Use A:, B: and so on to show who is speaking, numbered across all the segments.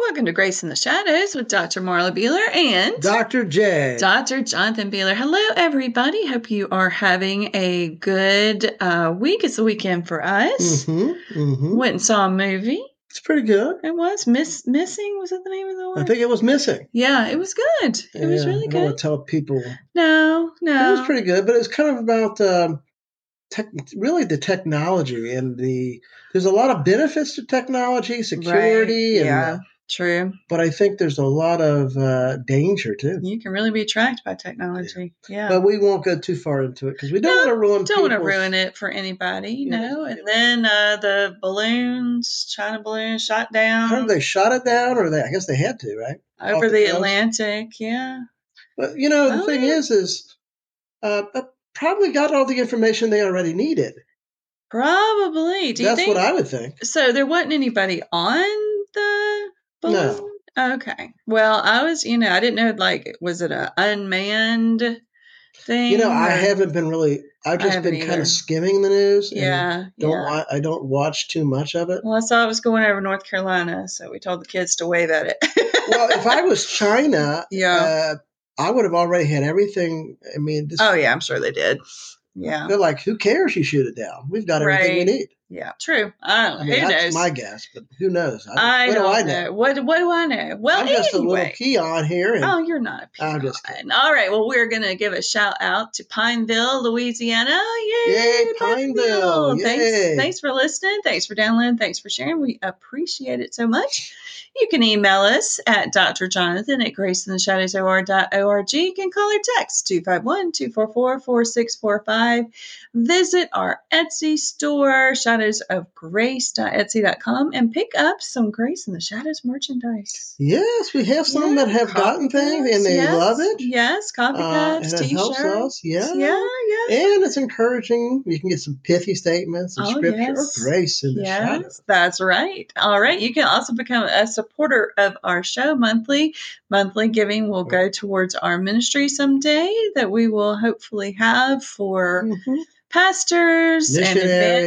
A: talking to Grace in the Shadows with Dr. Marla Beeler and
B: Dr. J.
A: Dr. Jonathan Beeler. Hello, everybody. Hope you are having a good uh, week. It's the weekend for us.
B: Mm-hmm, mm-hmm.
A: Went and saw a movie.
B: It's pretty good.
A: It was Miss Missing. Was that the name of the one?
B: I think it was missing.
A: yeah, it was good. It was
B: Yeah,
A: really
B: I don't want
A: good. Uh,
B: to tell people.
A: No, no.
B: It was pretty good, but it's kind of about um, tech, really the technology and the. There's a lot of benefits to technology, security,
A: Right,
B: and
A: yeah. True.
B: but I think there's a lot of uh, danger too.
A: You can really be tracked by technology. Yeah.
B: But we won't go too far into it because we don't
A: No,
B: want to ruin.
A: don't want to
B: people's-
A: ruin it for anybody,
B: Yeah,
A: no.
B: that's-
A: And then uh, the balloons, China balloons, shot
B: I don't know
A: down
B: if they shot it down, or they. I guess they had to, right?
A: over
B: off the
A: the
B: coast.
A: Atlantic. Yeah,
B: But you know, the
A: Oh,
B: thing
A: yeah.
B: is, is uh, I probably got all the information they already needed.
A: probably. Do you
B: That's
A: think?
B: what I would think.
A: so there wasn't anybody on the balloon.
B: No.
A: Okay. Well, I was, you know, I didn't know. Like, was it a unmanned thing?
B: You know, I
A: or-
B: haven't been really. I've
A: I
B: just
A: haven't
B: been kind
A: either.
B: of skimming the news. and
A: Yeah.
B: Don't
A: yeah.
B: wa- I don't watch too much of it.
A: Well, I saw it was going over North Carolina, so we told the kids to wave at it.
B: well, if I was China,
A: yeah.
B: uh, I would have already had everything. I mean, this,
A: oh, yeah. I'm sure they did. Yeah.
B: they're like, "Who cares? You shoot it down. We've got everything
A: Right.
B: we need."
A: Yeah. True. I don't.
B: I mean,
A: who
B: that's
A: knows?
B: my guess, but who knows? I,
A: I
B: what
A: don't
B: do I know?
A: know? What What do I know? Well,
B: I'm just a little
A: anyway.
B: peon here, and
A: Oh, you're not a peon.
B: I'm just kidding.
A: All right. Well, we're going to give a shout out to Pineville, Louisiana. Yay,
B: Yay, Pineville. Yay.
A: Thanks, thanks for listening. Thanks for downloading. Thanks for sharing. We appreciate it so much. You can email us at drjonathan at graceintheshadowsor.org. You can call or text 251 244 4645. Visit our Etsy store, shadowsofgrace.etsy.com, and pick up some Grace in the Shadows merchandise.
B: yes, we have some that
A: Yeah,
B: have gotten
A: coffee
B: things
A: cups,
B: and they
A: yes,
B: love it.
A: Yes, coffee
B: Uh,
A: cups,
B: and it helps
A: t-shirts.
B: us. Yeah.
A: Yeah, yeah.
B: And it's encouraging. You can get some pithy statements and
A: Oh,
B: scripture
A: yes.
B: or grace in the shadow.
A: Yes, that's right. All right. You can also become a supporter of our show monthly. Monthly giving will go towards our ministry someday that we will hopefully have for
B: Mhm.
A: pastors and
B: Missionaries.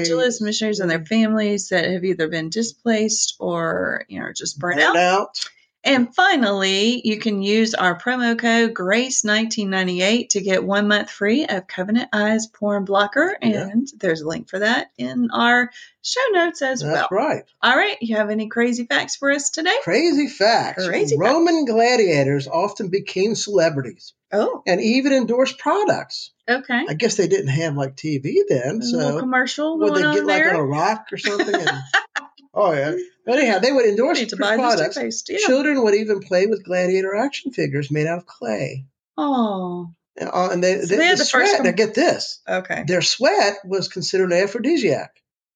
A: evangelists, missionaries and their families that have either been displaced or, you know, just burnt out.
B: Shout out.
A: And finally, you can use our promo code GRACE1998 to get one month free of Covenant Eyes Porn Blocker.
B: Yeah.
A: And there's a link for that in our show notes as
B: That's
A: well.
B: right.
A: All right. You have any crazy facts for us today?
B: Crazy facts.
A: Crazy
B: Roman gladiators often became celebrities
A: Oh,
B: and even endorsed products.
A: okay.
B: I guess they didn't have like TV then,
A: a little
B: so
A: commercial
B: would
A: going
B: they
A: on
B: get like
A: there.
B: on a rock or something? And, oh yeah. But anyhow, they would endorse
A: need to buy this
B: products.
A: toothpaste. Yeah.
B: Children would even play with gladiator action figures made out of clay.
A: Oh,
B: And, uh, and they,
A: So
B: they,
A: they had
B: the
A: the first
B: sweat,
A: com-
B: now get this,
A: okay.
B: their sweat was considered an aphrodisiac,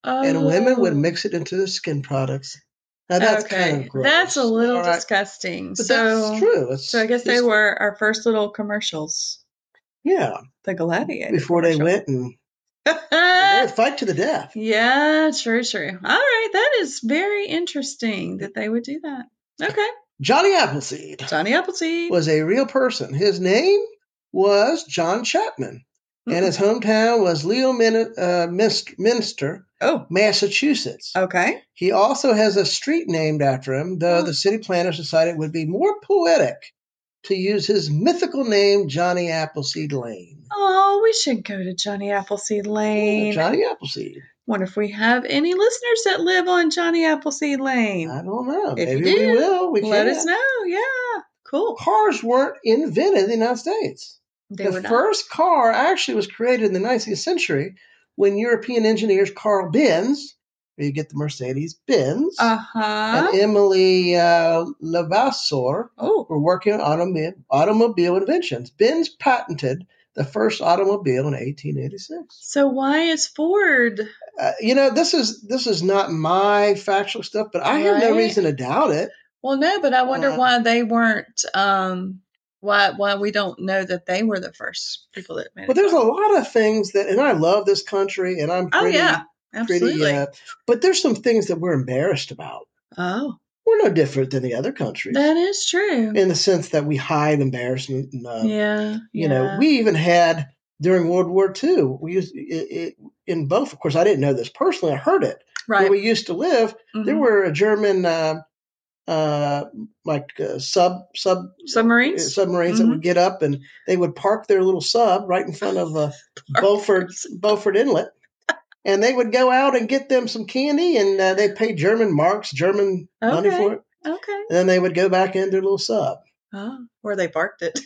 B: and women would
A: Oh.
B: mix it into their skin products. Now that's
A: okay.
B: kind of gross.
A: That's a little
B: all right?
A: disgusting.
B: But
A: so,
B: that's true. It's,
A: so I guess they
B: it's-
A: were our first little commercials.
B: Yeah,
A: The Gladiator.
B: before they
A: commercial.
B: went and
A: Uh,
B: they would fight to the death.
A: yeah, true, true. All right, that is very interesting that they would do that. Okay,
B: Johnny Appleseed
A: Johnny Appleseed.
B: was a real person. His name was John Chapman,
A: Hmm.
B: and his hometown was Leo, Min- uh, Minst- Minster,
A: oh,
B: Massachusetts.
A: okay.
B: He also has a street named after him, though
A: Oh.
B: the city planners decided it would be more poetic to use his mythical name, Johnny Appleseed Lane.
A: Oh, we should go to Johnny Appleseed Lane.
B: Johnny Appleseed.
A: Wonder if we have any listeners that live on Johnny Appleseed Lane.
B: I don't know.
A: If you
B: Maybe we
A: do,
B: will. We
A: Let
B: can.
A: us know. Yeah, cool.
B: Cars weren't invented in the United States.
A: They
B: the
A: would not-
B: first car actually was created in the 19th century when European engineers Carl Benz, where you get the Mercedes Benz,
A: Uh-huh.
B: and Emily uh, Levasseur,
A: oh,
B: were working on automi- automobile inventions. Benz patented the first automobile in 1886.
A: so why is Ford?
B: Uh, you know, this is this is not my factual stuff, but I have no
A: Right.
B: reason to doubt it.
A: Well, no, but I wonder
B: Uh,
A: why they weren't. Um, why why we don't know that they were the first people that made
B: But
A: it.
B: there's a lot of things that, and I love this country, and I'm
A: Oh
B: pretty,
A: yeah, absolutely.
B: pretty. Uh, but there's some things that we're embarrassed about.
A: oh,
B: We're no different than the other countries
A: that is true.
B: in the sense that we hide embarrassment. And, uh,
A: yeah,
B: You know,
A: yeah.
B: we even had during World War II. We used it, it, in both. Of course, I didn't know this personally. I heard it.
A: right. Mm-hmm.
B: where we used to live, there
A: mhm.
B: were a German uh, uh, like uh, sub sub
A: Submarines?
B: submarines
A: Mm-hmm.
B: that would get up and they would park their little sub right in front of uh, Beaufort Beaufort Inlet, and they would go out and get them some candy and uh, they pay German marks, German money
A: Okay.
B: for it,
A: Okay.
B: and then they would go back in their little sub,
A: Oh, or they barked it.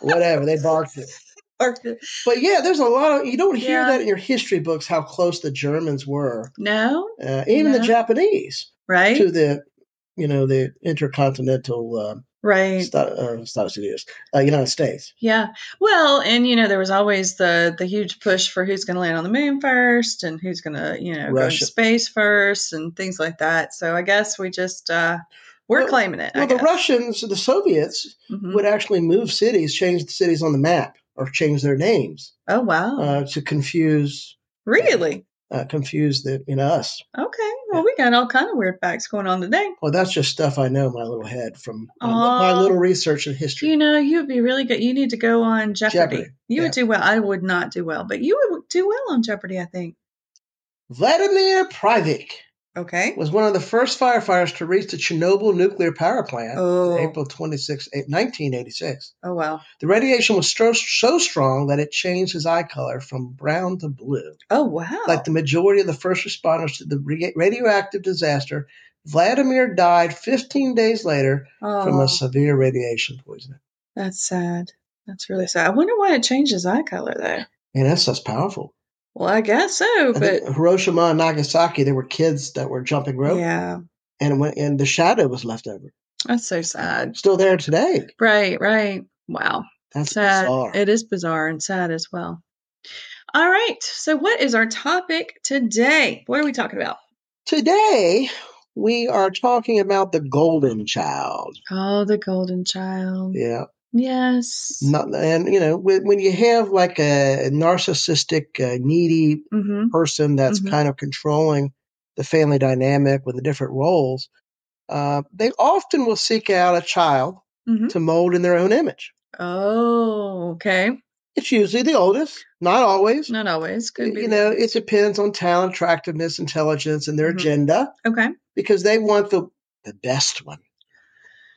B: whatever they barked it.
A: barked it.
B: But yeah, there's a lot of you don't hear
A: Yeah.
B: that in your history books how close the Germans were,
A: No,
B: uh, even
A: No.
B: the Japanese
A: right?
B: to the you know the intercontinental. Uh,
A: right.
B: Sta- uh, Estados Unidos, uh, United States.
A: Yeah. Well, and you know, there was always the the huge push for who's going to land on the moon first and who's going to, you know, go into
B: Russia.
A: space first and things like that. So I guess we just uh we're
B: Well-
A: claiming it. I
B: Well, the
A: guess.
B: Russians, the Soviets,
A: Mhm.
B: would actually move cities, change the cities on the map, or change their names
A: Oh wow.
B: uh, to confuse
A: really?
B: uh, confuse the you know us.
A: Okay. Well, we got all kind of weird facts going on today.
B: Well, that's just stuff I know in my little head from my,
A: Aw.
B: my little research in history.
A: You know, you would be really good. You need to go on Jeopardy.
B: Jeopardy,
A: You
B: yeah.
A: would do well. I would not do well, but you would do well on Jeopardy, I think.
B: Vladimir Privik
A: Okay.
B: was one of the first firefighters to reach the Chernobyl nuclear power plant
A: Oh.
B: on April 26, eh, 1986.
A: Oh wow.
B: The radiation was so, so strong that it changed his eye color from brown to blue.
A: Oh wow.
B: Like the majority of the first responders to the re- radioactive disaster, Vladimir died 15 days later from
A: Aw.
B: a severe radiation poisoning.
A: Oh, That's sad. That's really sad. I wonder why it changed his eye color though.
B: And that's that's powerful.
A: Well, I guess so,
B: I
A: but
B: think Hiroshima and Nagasaki, there were kids that were jumping rope,
A: yeah,
B: and it went, and the shadow was left over.
A: that's so sad.
B: Still there today.
A: Right, right. Wow.
B: That's
A: sad.
B: bizarre.
A: It is bizarre and sad as well. All right. So, what is our topic today? What are we talking about?
B: today we are talking about the golden child.
A: Oh, the golden child.
B: Yeah.
A: Yes.
B: Not, and you know when, when you have like a narcissistic uh, needy
A: Mm-hmm.
B: person that's
A: Mhm.
B: kind of controlling the family dynamic with the different roles uh, they often will seek out a child
A: Mm-hmm.
B: to mold in their own image
A: Oh, okay.
B: it's usually the oldest not always
A: Not always. Could be.
B: you know it depends on talent attractiveness intelligence and their
A: Mhm.
B: agenda
A: Okay.
B: because they want the, the best one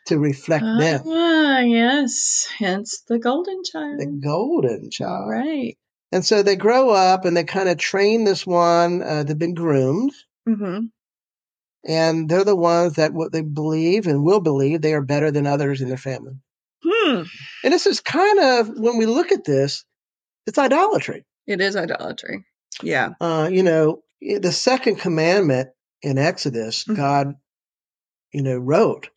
B: to reflect them
A: Ah, yes. Hence the uh, golden child.
B: the golden
A: All
B: child
A: right.
B: And so they grow up and they kind of train this one. Uh, they've been groomed,
A: Mm-hmm.
B: and they're the ones that what they believe and will believe they are better than others in their family.
A: Hmm.
B: And this is kind of when we look at this, it's idolatry.
A: It is idolatry. Yeah.
B: Uh, you know, i- the second commandment in Exodus,
A: Mhm.
B: God, you know, wrote,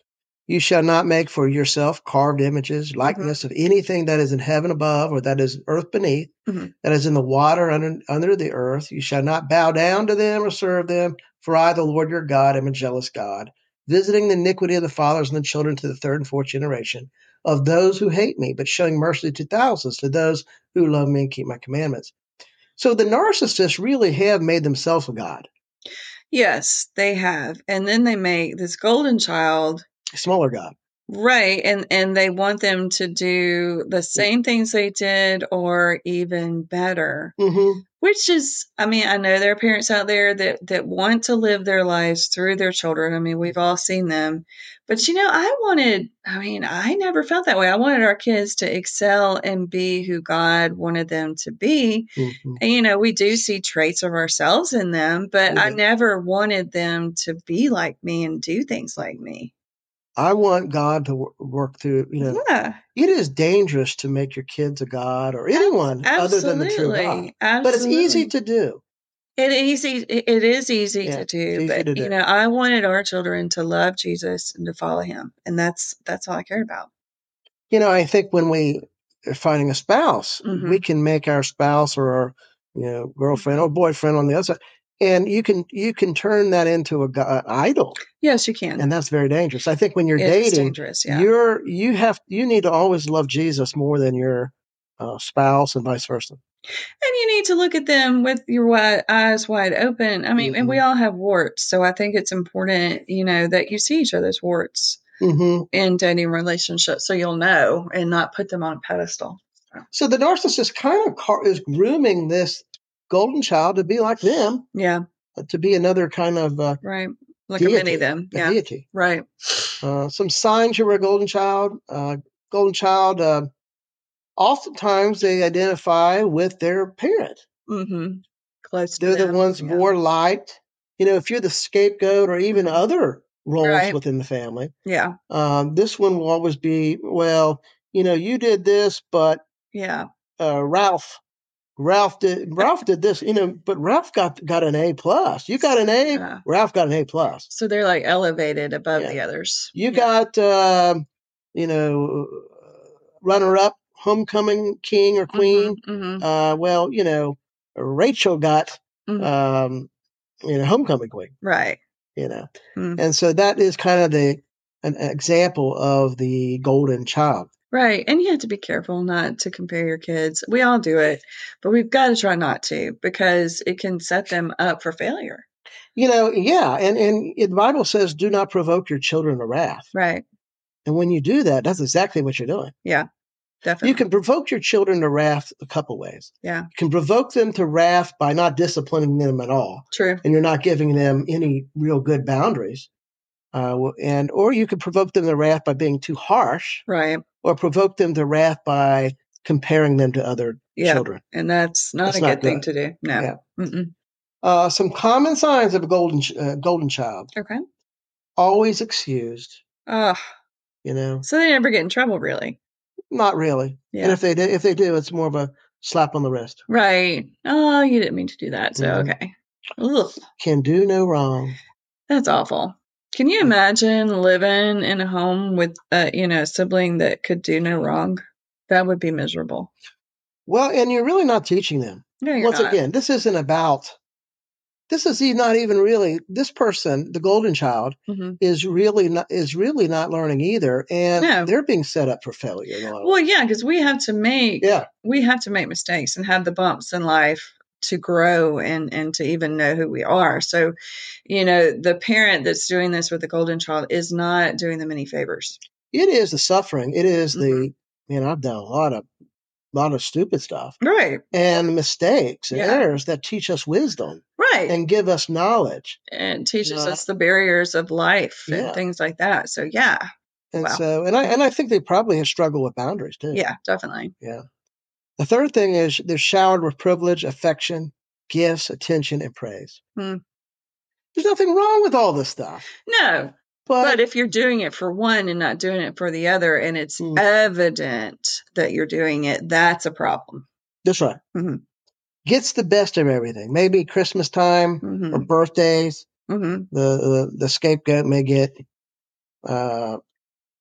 B: "You shall not make for yourself carved images, likeness of anything that is in heaven above, or that is earth beneath,
A: Mhm.
B: that is in the water under under the earth. You shall not bow down to them or serve them, for I, the Lord your God, am a jealous God, visiting the iniquity of the fathers and the children to the third and fourth generation of those who hate me, but showing mercy to thousands to those who love me and keep my commandments." So the narcissists really have made themselves a god,
A: Yes, they have. And then they make this golden child
B: a smaller god.
A: right and and they want them to do the same things they did or even better
B: hmm
A: which is i mean i know there are parents out there that that want to live their lives through their children i mean we've all seen them but you know i wanted i mean i never felt that way i wanted our kids to excel and be who god wanted them to be
B: hmm
A: and, you know we do see traits of ourselves in them but
B: We
A: i
B: do.
A: never wanted them to be like me and do things like me
B: I want God to wor- work through, you know,
A: yeah
B: it is dangerous to make your kids a god or anyone other than the true God.
A: absolutely absolutely
B: But it's easy to do.
A: It easy. It it is easy
B: Yeah,
A: to
B: it's
A: do,
B: easy
A: but
B: to
A: you
B: do.
A: know, I wanted our children to love Jesus and to follow Him, and that's that's all I cared about.
B: You know, I think when we are finding a spouse,
A: Mhm.
B: we can make our spouse or our, you know, girlfriend or boyfriend on the other side, and you can you can turn that into a god, idol,
A: Yes, you can.
B: and that's very dangerous. I think when you're
A: It is
B: dating,
A: dangerous. Yeah.
B: you're you have you need to always love Jesus more than your uh, spouse and vice versa.
A: and you need to look at them with your wide, eyes wide open. I mean, and
B: Mm-hmm.
A: we all have warts, so I think it's important, you know, that you see each other's warts
B: hmm
A: in dating relationships, so you'll know and not put them on a pedestal.
B: So the narcissist kind of car- is grooming this golden child to be like them,
A: Yeah.
B: to be another kind of uh,
A: Right. like a mini them.
B: the
A: Yeah.
B: deity.
A: Right.
B: Uh, some signs you were a golden child. Uh, golden child. Uh, oftentimes they identify with their parent.
A: Mm-hmm. Close to
B: They're the
A: them.
B: ones
A: Yeah.
B: more liked. You know, if you're the scapegoat or even
A: Mhm.
B: other roles
A: Right.
B: within the family,
A: Yeah.
B: um, this one will always be well. You know, you did this, but
A: Yeah.
B: uh, Ralph. Ralph did Ralph did this, you know, but Ralph got got an A plus. You got an A,
A: Yeah.
B: Ralph got an A plus.
A: So they're like elevated above
B: Yeah.
A: the others.
B: You
A: Yeah.
B: got, um, you know, runner up, homecoming king or
A: Mhm,
B: queen.
A: mhm,
B: Uh, well, you know, Rachel got,
A: mhm.
B: um, you know, homecoming queen,
A: right.
B: you know.
A: Mm.
B: And so that is kind of the, an example of the golden child.
A: Right. And you have to be careful not to compare your kids. We all do it, but we've got to try not to because it can set them up for failure.
B: You know, yeah. And, and the Bible says, do not provoke your children to wrath.
A: Right.
B: And when you do that, that's exactly what you're doing.
A: Definitely.
B: You can provoke your children to wrath a couple ways.
A: Yeah.
B: You can provoke them to wrath by not disciplining them at all.
A: True.
B: and you're not giving them any real good boundaries. Uh, w- and or you could provoke them to wrath by being too harsh,
A: Right.
B: or provoke them to wrath by comparing them to other
A: Yeah.
B: children.
A: And that's not
B: That's
A: a
B: not
A: good thing
B: good.
A: to do. No.
B: Yeah.
A: Mm-mm.
B: Uh, some common signs of a golden ch- uh, golden child:
A: Okay.
B: always excused.
A: Oh,
B: You know,
A: so they never get in trouble, really.
B: not really. And
A: Yeah.
B: if they do, if they do, it's more of a slap on the wrist.
A: Right. Oh, you didn't mean to do that. So,
B: Mhm.
A: okay. Ugh,
B: Can do no wrong.
A: that's awful. Can you
B: Yeah.
A: imagine living in a home with, uh, you know, a sibling that could do no wrong? That would be miserable.
B: Well, and you're really not teaching them.
A: No, you're
B: Once
A: not.
B: again, this isn't about this is e- not even really this person the golden child
A: hmm
B: is really not is really not learning either and
A: No.
B: they're being set up for failure in a lot of
A: Well,
B: ways.
A: yeah, because we have to make
B: Oh. yeah
A: we have to make mistakes and have the bumps in life to grow and and to even know who we are. So, you know, the parent that's doing this with the golden child is not doing them any favors.
B: it is the suffering it is
A: Mhm.
B: the man i've done a lot of lot of stupid stuff
A: Right.
B: and mistakes and
A: Yeah.
B: errors that teach us wisdom
A: Right.
B: and give us knowledge
A: and teaches
B: Uh,
A: us the barriers of life
B: yeah.
A: and things like that. So yeah,
B: and
A: Wow.
B: so and i and i think they probably have struggled with boundaries too
A: yeah, definitely.
B: yeah the third thing is they're showered with privilege affection gifts attention and praise
A: Hmm.
B: there's nothing wrong with all this stuff
A: No,
B: but
A: but if you're doing it for one and not doing it for the other, and it's
B: Mm.
A: evident that you're doing it, that's a problem.
B: That's right.
A: Mhm.
B: Gets the best of everything. Maybe Christmas time or
A: hmm
B: birthdays.
A: hmm
B: The the, the scapegoat may get uh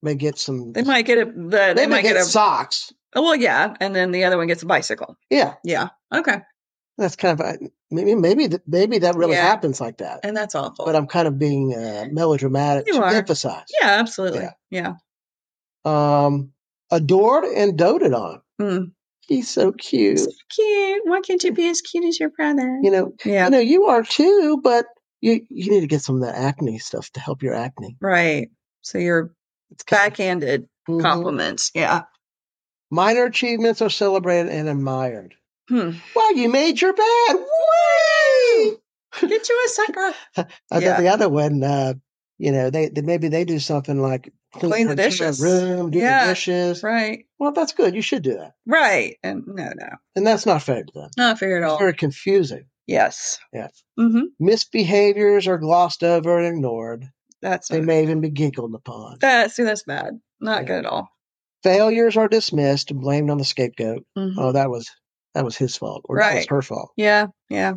B: may get some.
A: They might get a the, they
B: maybe
A: might get a
B: socks.
A: oh, well yeah, and then the other one gets a bicycle.
B: Yeah,
A: Yeah, okay,
B: that's kind of I- maybe maybe th- maybe that really
A: Yeah.
B: happens like that.
A: and that's awful.
B: But I'm kind of being uh, melodramatic
A: You
B: to
A: are.
B: emphasize.
A: yeah, absolutely.
B: Yeah.
A: Yeah.
B: Um, adored and doted on.
A: Mm.
B: He's so cute.
A: So cute. Why can't you be as cute as your brother?
B: You know,
A: Yeah.
B: you know, you are too. But you you need to get some of that acne stuff to help your acne.
A: Right. So you're
B: It's kind of-
A: backhanded
B: Mhm.
A: compliments. Yeah.
B: Minor achievements are celebrated and admired.
A: Hmm.
B: Wow, you made your bed. Whee!
A: Get you a sucker.
B: I
A: Yeah.
B: bet the other one, uh, you know, they, they maybe they do something like clean,
A: Clean the
B: her entire
A: dishes.
B: room, do
A: Yeah.
B: the dishes.
A: Right.
B: Well, that's good. You should do that.
A: Right. And no, no,
B: And that's not fair to them.
A: not fair at
B: It's
A: all.
B: very confusing.
A: Yes.
B: Yeah.
A: Mm-hmm.
B: Misbehaviors are glossed over and ignored.
A: That's
B: They
A: not,
B: may even be giggled upon.
A: that. See, that's bad. Not
B: Yeah.
A: good at all.
B: Failures are dismissed and blamed on the scapegoat.
A: Mhm.
B: Oh, that was that was his fault, or that was
A: Right.
B: her fault.
A: Yeah. Yeah.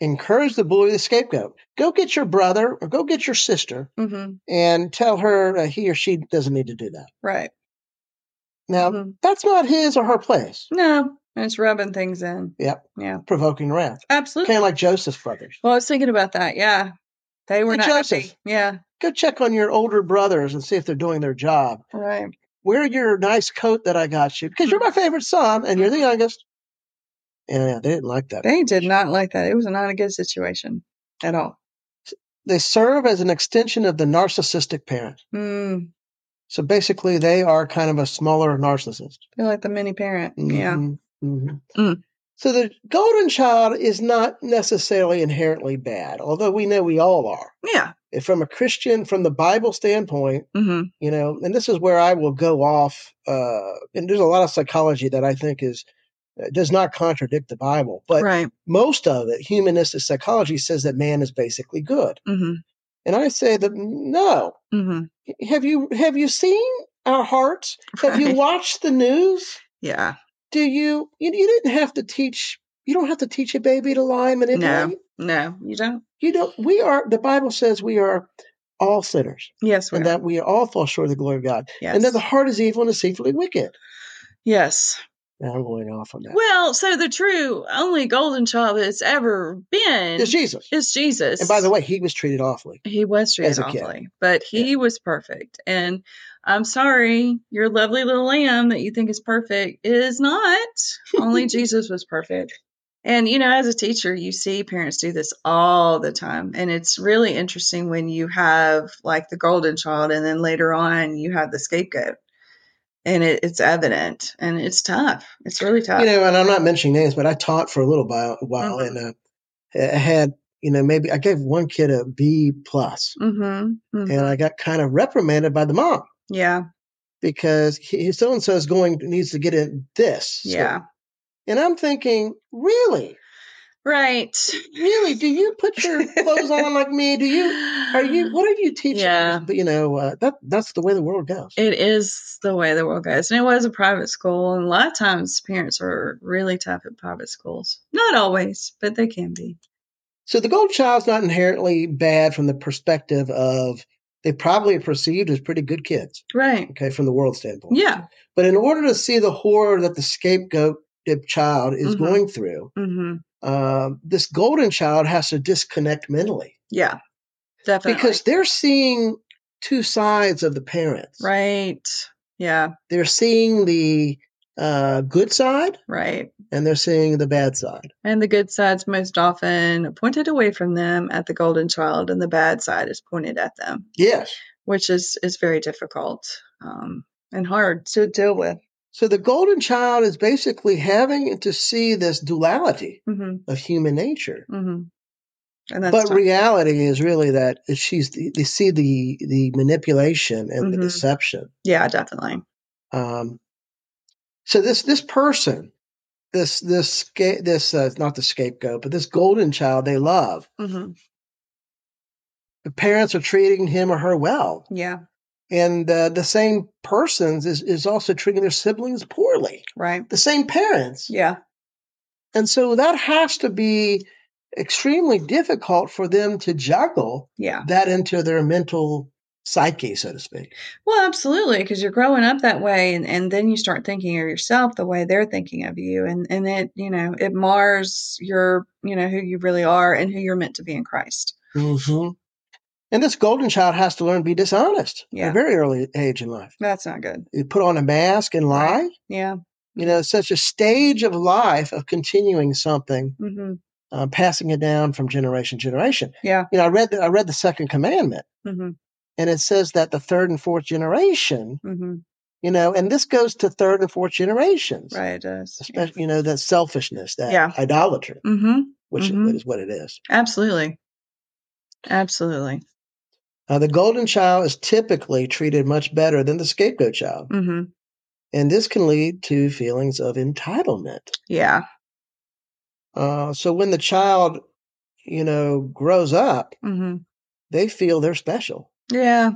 B: Encourage the bully, the scapegoat. Go get your brother or go get your sister
A: Mm-hmm.
B: and tell her uh, he or she doesn't need to do that.
A: Right.
B: Now,
A: Mhm.
B: that's not his or her place,
A: No, and it's rubbing things in.
B: Yep.
A: Yeah.
B: provoking wrath.
A: Absolutely.
B: Kind of like Joseph's brothers.
A: Well, I was thinking about that. Yeah. They were
B: Hey,
A: not
B: Joseph.
A: happy. Yeah.
B: Go check on your older brothers and see if they're doing their job.
A: Right.
B: Wear your nice coat that I got you because you're my
A: Mm-hmm.
B: favorite son and you're the youngest. Yeah, they didn't like that.
A: They did not like that. It was not a good situation at all.
B: They serve as an extension of the narcissistic parent.
A: Mm,
B: So basically, they are kind of a smaller narcissist.
A: they're like the mini parent. Yeah.
B: Mhm, mhm.
A: Mm.
B: So the golden child is not necessarily inherently bad, although we know we all are.
A: Yeah.
B: And from a Christian, from the Bible standpoint,
A: hmm
B: you know, and this is where I will go off. Uh, and there's a lot of psychology that I think is uh, does not contradict the Bible, but
A: Right.
B: most of it, humanistic psychology says that man is basically good,
A: hmm
B: and I say that no.
A: hmm
B: Have you have you seen our hearts? Have you
A: Right.
B: watched the news?
A: Yeah.
B: Do you you, you didn't have to teach. You don't have to teach a baby to lie and manipulate.
A: No. No, you don't.
B: You don't. We are. The Bible says we are all sinners.
A: Yes, we
B: and
A: are.
B: that we all fall short of the glory of God, and that
A: Yes.
B: the heart is evil and deceitfully wicked.
A: Yes.
B: Now I'm going off on that.
A: Well, so the true only golden child that's ever been
B: It's Jesus.
A: is Jesus.
B: And by the way, he was treated awfully.
A: he was treated
B: as a kid.
A: awfully, but he was perfect. And I'm sorry, your lovely little lamb that you think is perfect is not. Only Jesus was perfect. And you know, as a teacher, you see parents do this all the time, and it's really interesting when you have like the golden child, and then later on you have the scapegoat, and it, it's evident, and it's tough. It's really tough.
B: You know, and I'm not mentioning names, but I taught for a little while, while
A: Mhm.
B: and uh, I had you know maybe I gave one kid a B plus,
A: mm-hmm,
B: and I got kind of reprimanded by the mom
A: Yeah,
B: because so and so is going needs to get in this. So-
A: yeah,
B: and I'm thinking, really,
A: right.
B: really, do you put your clothes on like me? Do you Are you? What are you teaching?
A: Yeah.
B: But you know uh, that that's the way the world goes.
A: It is the way the world goes. And it was a private school. And a lot of times parents are really tough at private schools. Not always, but they can be.
B: So the golden child's not inherently bad from the perspective of they probably are perceived as pretty good kids,
A: Right.
B: okay, from the world standpoint.
A: Yeah.
B: But in order to see the horror that the scapegoat child is
A: Mhm.
B: going through,
A: hmm
B: um, this golden child has to disconnect mentally
A: Yeah. Definitely.
B: because they're seeing two sides of the parents.
A: right. Yeah.
B: They're seeing the uh, good side
A: Right.
B: and they're seeing the bad side.
A: And the good side's most often pointed away from them at the golden child, and the bad side is pointed at them,
B: Yes.
A: which is, is very difficult um, and hard to deal with.
B: So the golden child is basically having to see this duality
A: hmm
B: of human nature.
A: hmm And that's
B: but
A: tough.
B: reality is really that she's they see the the manipulation and the
A: Mhm.
B: deception.
A: yeah, definitely.
B: Um, so this this person, this this sca- this uh, not the scapegoat, but this golden child they love.
A: hmm
B: The parents are treating him or her well,
A: Yeah.
B: and uh, the same persons is is also treating their siblings poorly.
A: Right.
B: The same parents.
A: Yeah.
B: And so that has to be extremely difficult for them to juggle
A: Yeah.
B: that into their mental psyche, so to speak.
A: Well, absolutely, because you're growing up that way, and, and then you start thinking of yourself the way they're thinking of you, and and it you know it mars your you know who you really are and who you're meant to be in Christ.
B: hmm
A: Mm-hmm.
B: And this golden child has to learn to be dishonest at
A: Yeah.
B: a very early age in life.
A: That's not good.
B: You put on a mask and lie.
A: Right. Yeah.
B: You know, it's such a stage of life of continuing something,
A: hmm
B: uh, passing it down from generation to generation.
A: Yeah.
B: You know, I read the, I read the second commandment,
A: hmm
B: and it says that the third and fourth generation,
A: hmm
B: you know, and this goes to third and fourth generations.
A: Right. It is. Yeah.
B: especially you know that selfishness that
A: Yeah.
B: idolatry
A: hmm
B: which is-
A: Mhm.
B: is what it is
A: Absolutely. Absolutely.
B: uh, the golden child is typically treated much better than the scapegoat child
A: hmm
B: and this can lead to feelings of entitlement
A: Yeah.
B: uh, so when the child you know grows up
A: hmm
B: they feel they're special
A: Yeah.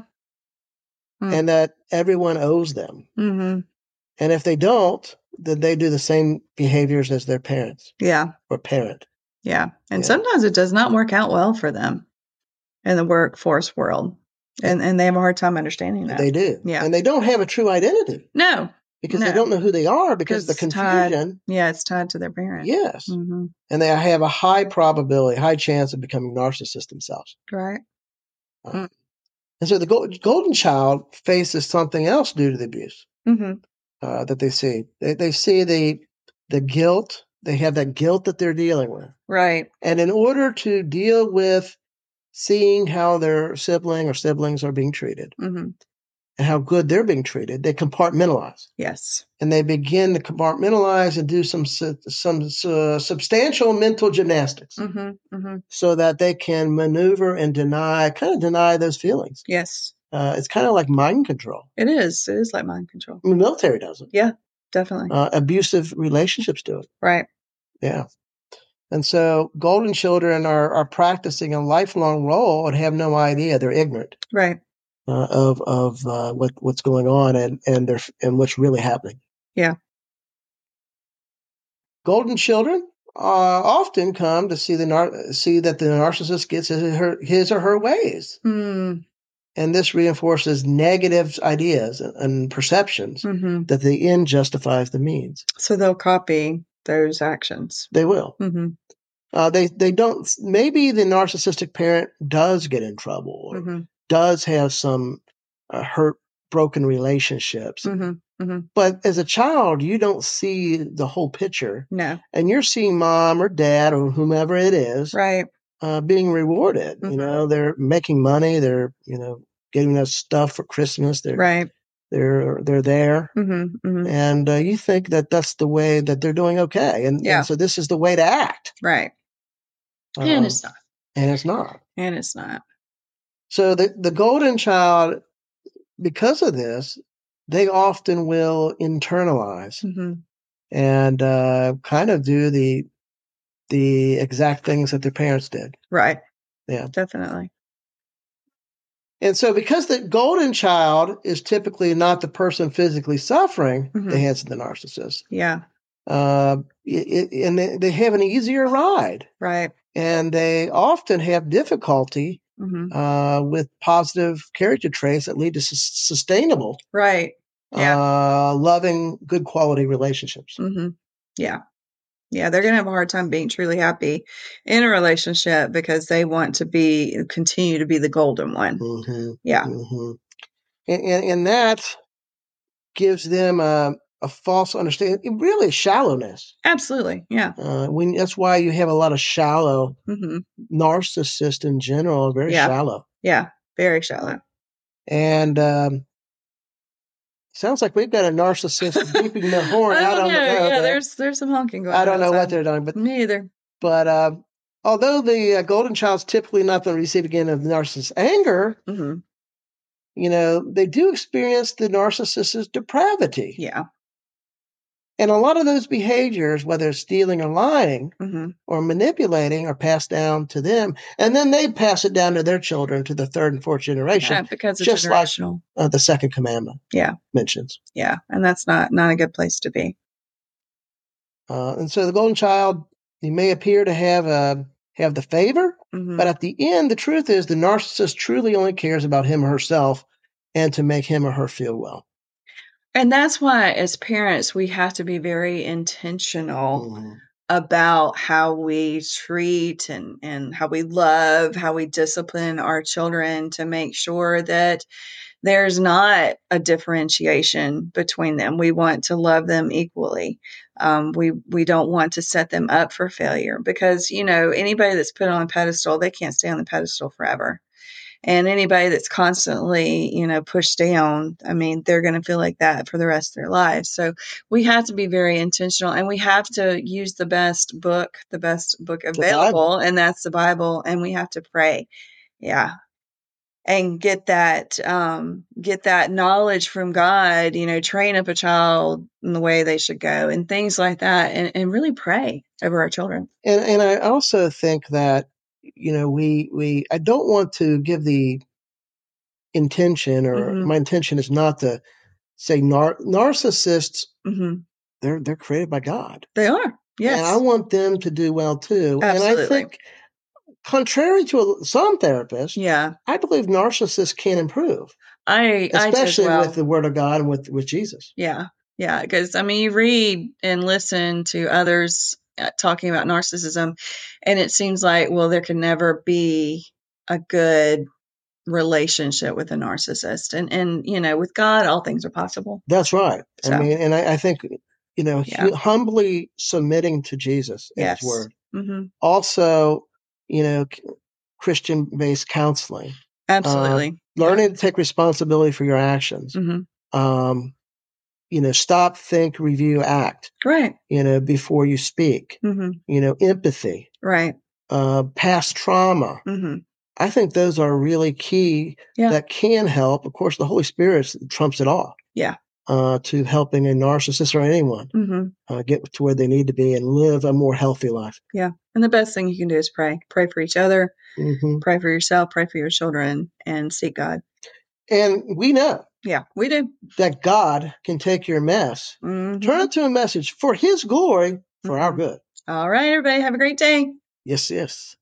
A: Mm.
B: and that everyone owes them
A: hmm
B: and if they don't then they do the same behaviors as their parents
A: Yeah.
B: or parent
A: Yeah. And
B: Yeah.
A: sometimes it does not work out well for them in the workforce world. And and they have a hard time understanding that.
B: they do
A: Yeah.
B: and they don't have a true identity
A: No.
B: because they
A: No.
B: don't know who they are because the
A: Because it's tied-
B: confusion
A: Yeah, it's tied to their parent.
B: yes
A: hmm
B: and they have a high probability, high chance of becoming narcissists themselves.
A: Right. Mm.
B: And so the gol- golden child faces something else due to the abuse
A: hmm
B: uh, that they see. They, they see the the guilt. They have that guilt that they're dealing with.
A: Right.
B: And in order to deal with seeing how their sibling or siblings are being treated,
A: hmm
B: and how good they're being treated, they compartmentalize
A: Yes.
B: and they begin to compartmentalize and do some su- some uh, substantial mental gymnastics
A: Mm-hmm. Mm-hmm.
B: so that they can maneuver and deny, kind of deny those feelings.
A: Yes.
B: Uh, it's kind of like mind control.
A: It is. It is like mind control.
B: The military does it.
A: Definitely.
B: Uh, abusive relationships do it.
A: right.
B: Yeah. And so golden children are, are practicing a lifelong role and have no idea. They're ignorant
A: Right.
B: uh, of of uh, what what's going on and and their and what's really happening.
A: Yeah.
B: Golden children uh, often come to see the nar- see that the narcissist gets his or, her, his or her ways,
A: Mm.
B: and this reinforces negative ideas and, and perceptions
A: hmm
B: that the end justifies the means.
A: So they'll copy those actions.
B: They will.
A: Mm-hmm.
B: Uh, they they don't. Maybe the narcissistic parent does get in trouble or
A: Mm-hmm.
B: does have some uh, hurt, broken relationships.
A: Mm-hmm. Mm-hmm.
B: But as a child, you don't see the whole picture,
A: No.
B: and you're seeing mom or dad or whomever it is
A: Right.
B: uh, being rewarded.
A: Mhm.
B: You know, they're making money. They're you know getting us stuff for Christmas. They're
A: Right.
B: they're they're there.
A: Mm-hmm. Mm-hmm.
B: And uh, you think that that's the way that they're doing okay, and,
A: Yeah.
B: and so this is the way to act,
A: Right.
B: Um,
A: and it's not.
B: and it's not.
A: And it's not.
B: So the, the golden child, because of this, they often will internalize
A: Mm-hmm.
B: and uh, kind of do the the exact things that their parents did.
A: Right.
B: Yeah.
A: Definitely.
B: And so because the golden child is typically not the person physically suffering
A: Mhm.
B: the hands of the narcissist,
A: Yeah.
B: uh, it, it- and they, they have an easier ride,
A: Right.
B: and they often have difficulty
A: Mm-hmm.
B: uh, with positive character traits that lead to sus- sustainable
A: Right. Yeah.
B: uh, loving, good quality relationships.
A: Mm-hmm. Yeah. Yeah. They're going to have a hard time being truly happy in a relationship because they want to be, uh, continue to be the golden one.
B: hmm
A: Mm-hmm. Yeah.
B: hmm And, and, and that gives them a, a false understanding, really shallowness.
A: Absolutely. Yeah.
B: Uh, when, that's why you have a lot of shallow
A: Mm-hmm.
B: narcissists in general, very
A: Yeah.
B: shallow.
A: Yeah. Very shallow.
B: And um, sounds like we've got a narcissist beeping their horn
A: I
B: out
A: don't
B: on
A: know.
B: the road.
A: yeah.
B: there.
A: There's, there's some honking going on.
B: I don't know what
A: outside.
B: they're doing, but
A: Me either.
B: but uh, although the uh, golden child's typically not the receiving end of narcissist anger,
A: Mm-hmm.
B: you know, they do experience the narcissist's depravity.
A: Yeah.
B: And a lot of those behaviors, whether it's stealing or lying
A: Mm-hmm.
B: or manipulating, are passed down to them. And then they pass it down to their children, to the third and fourth generation,
A: Yeah. Because it's
B: just like-
A: generational.
B: uh, the second commandment
A: yeah.
B: mentions.
A: Yeah. And that's not, not a good place to be.
B: Uh, and so the golden child, he may appear to have, uh, have the favor,
A: Mm-hmm.
B: but at the end, the truth is the narcissist truly only cares about him or herself and to make him or her feel well.
A: And that's why, as parents, we have to be very intentional
B: Mhm.
A: about how we treat and, and how we love, how we discipline our children to make sure that there's not a differentiation between them. We want to love them equally. Um, we we don't want to set them up for failure because you know anybody that's put on a pedestal, they can't stay on the pedestal forever. And anybody that's constantly, you know, pushed down, I mean, they're going to feel like that for the rest of their lives. So we have to be very intentional and we have to use the best book, the best book
B: Bible.
A: available, and that's the Bible. And we have to pray. Yeah. And get that, um, get that knowledge from God, you know, train up a child in the way they should go and things like that. And, and really pray over our children.
B: and and I also think that you know we we I don't want to give the intention or
A: Mhm.
B: my intention is not to say nar- narcissists
A: hmm
B: they're they're created by God
A: They are. Yes.
B: and I want them to do well too and I
A: Absolutely.
B: think contrary to a, some therapists
A: yeah.
B: I believe narcissists can improve
A: I, I do as
B: especially
A: well.
B: with the Word of God and with with Jesus
A: Yeah. Yeah. Because, I mean, you read and listen to others uh, talking about narcissism, and it seems like, well, there can never be a good relationship with a narcissist. And, and you know, with God, all things are possible.
B: that's right
A: So.
B: I mean and I, I think you know
A: Yeah.
B: hu- humbly submitting to Jesus and
A: Yes.
B: His Word
A: Mm-hmm.
B: also you know c- Christian based counseling
A: Absolutely.
B: Uh, Learning to take responsibility for your actions.
A: hmm
B: Um, you know, stop, think, review, act.
A: Right.
B: You know, before you speak.
A: hmm
B: You know, empathy,
A: Right.
B: uh, past trauma.
A: hmm
B: I think those are really key
A: Yeah.
B: that can help. Of course, the Holy Spirit trumps it all.
A: Yeah.
B: Uh, to helping a narcissist or anyone
A: hmm
B: uh, get to where they need to be and live a more healthy life.
A: And the best thing you can do is pray. Pray for each other.
B: hmm
A: Pray for yourself. Pray for your children, and seek God.
B: And we know
A: Yeah, we do.
B: that God can take your mess,
A: Mhm.
B: turn it to a message for His glory, for our
A: Mhm.
B: good.
A: All right, everybody. Have a great day.
B: Yes, yes.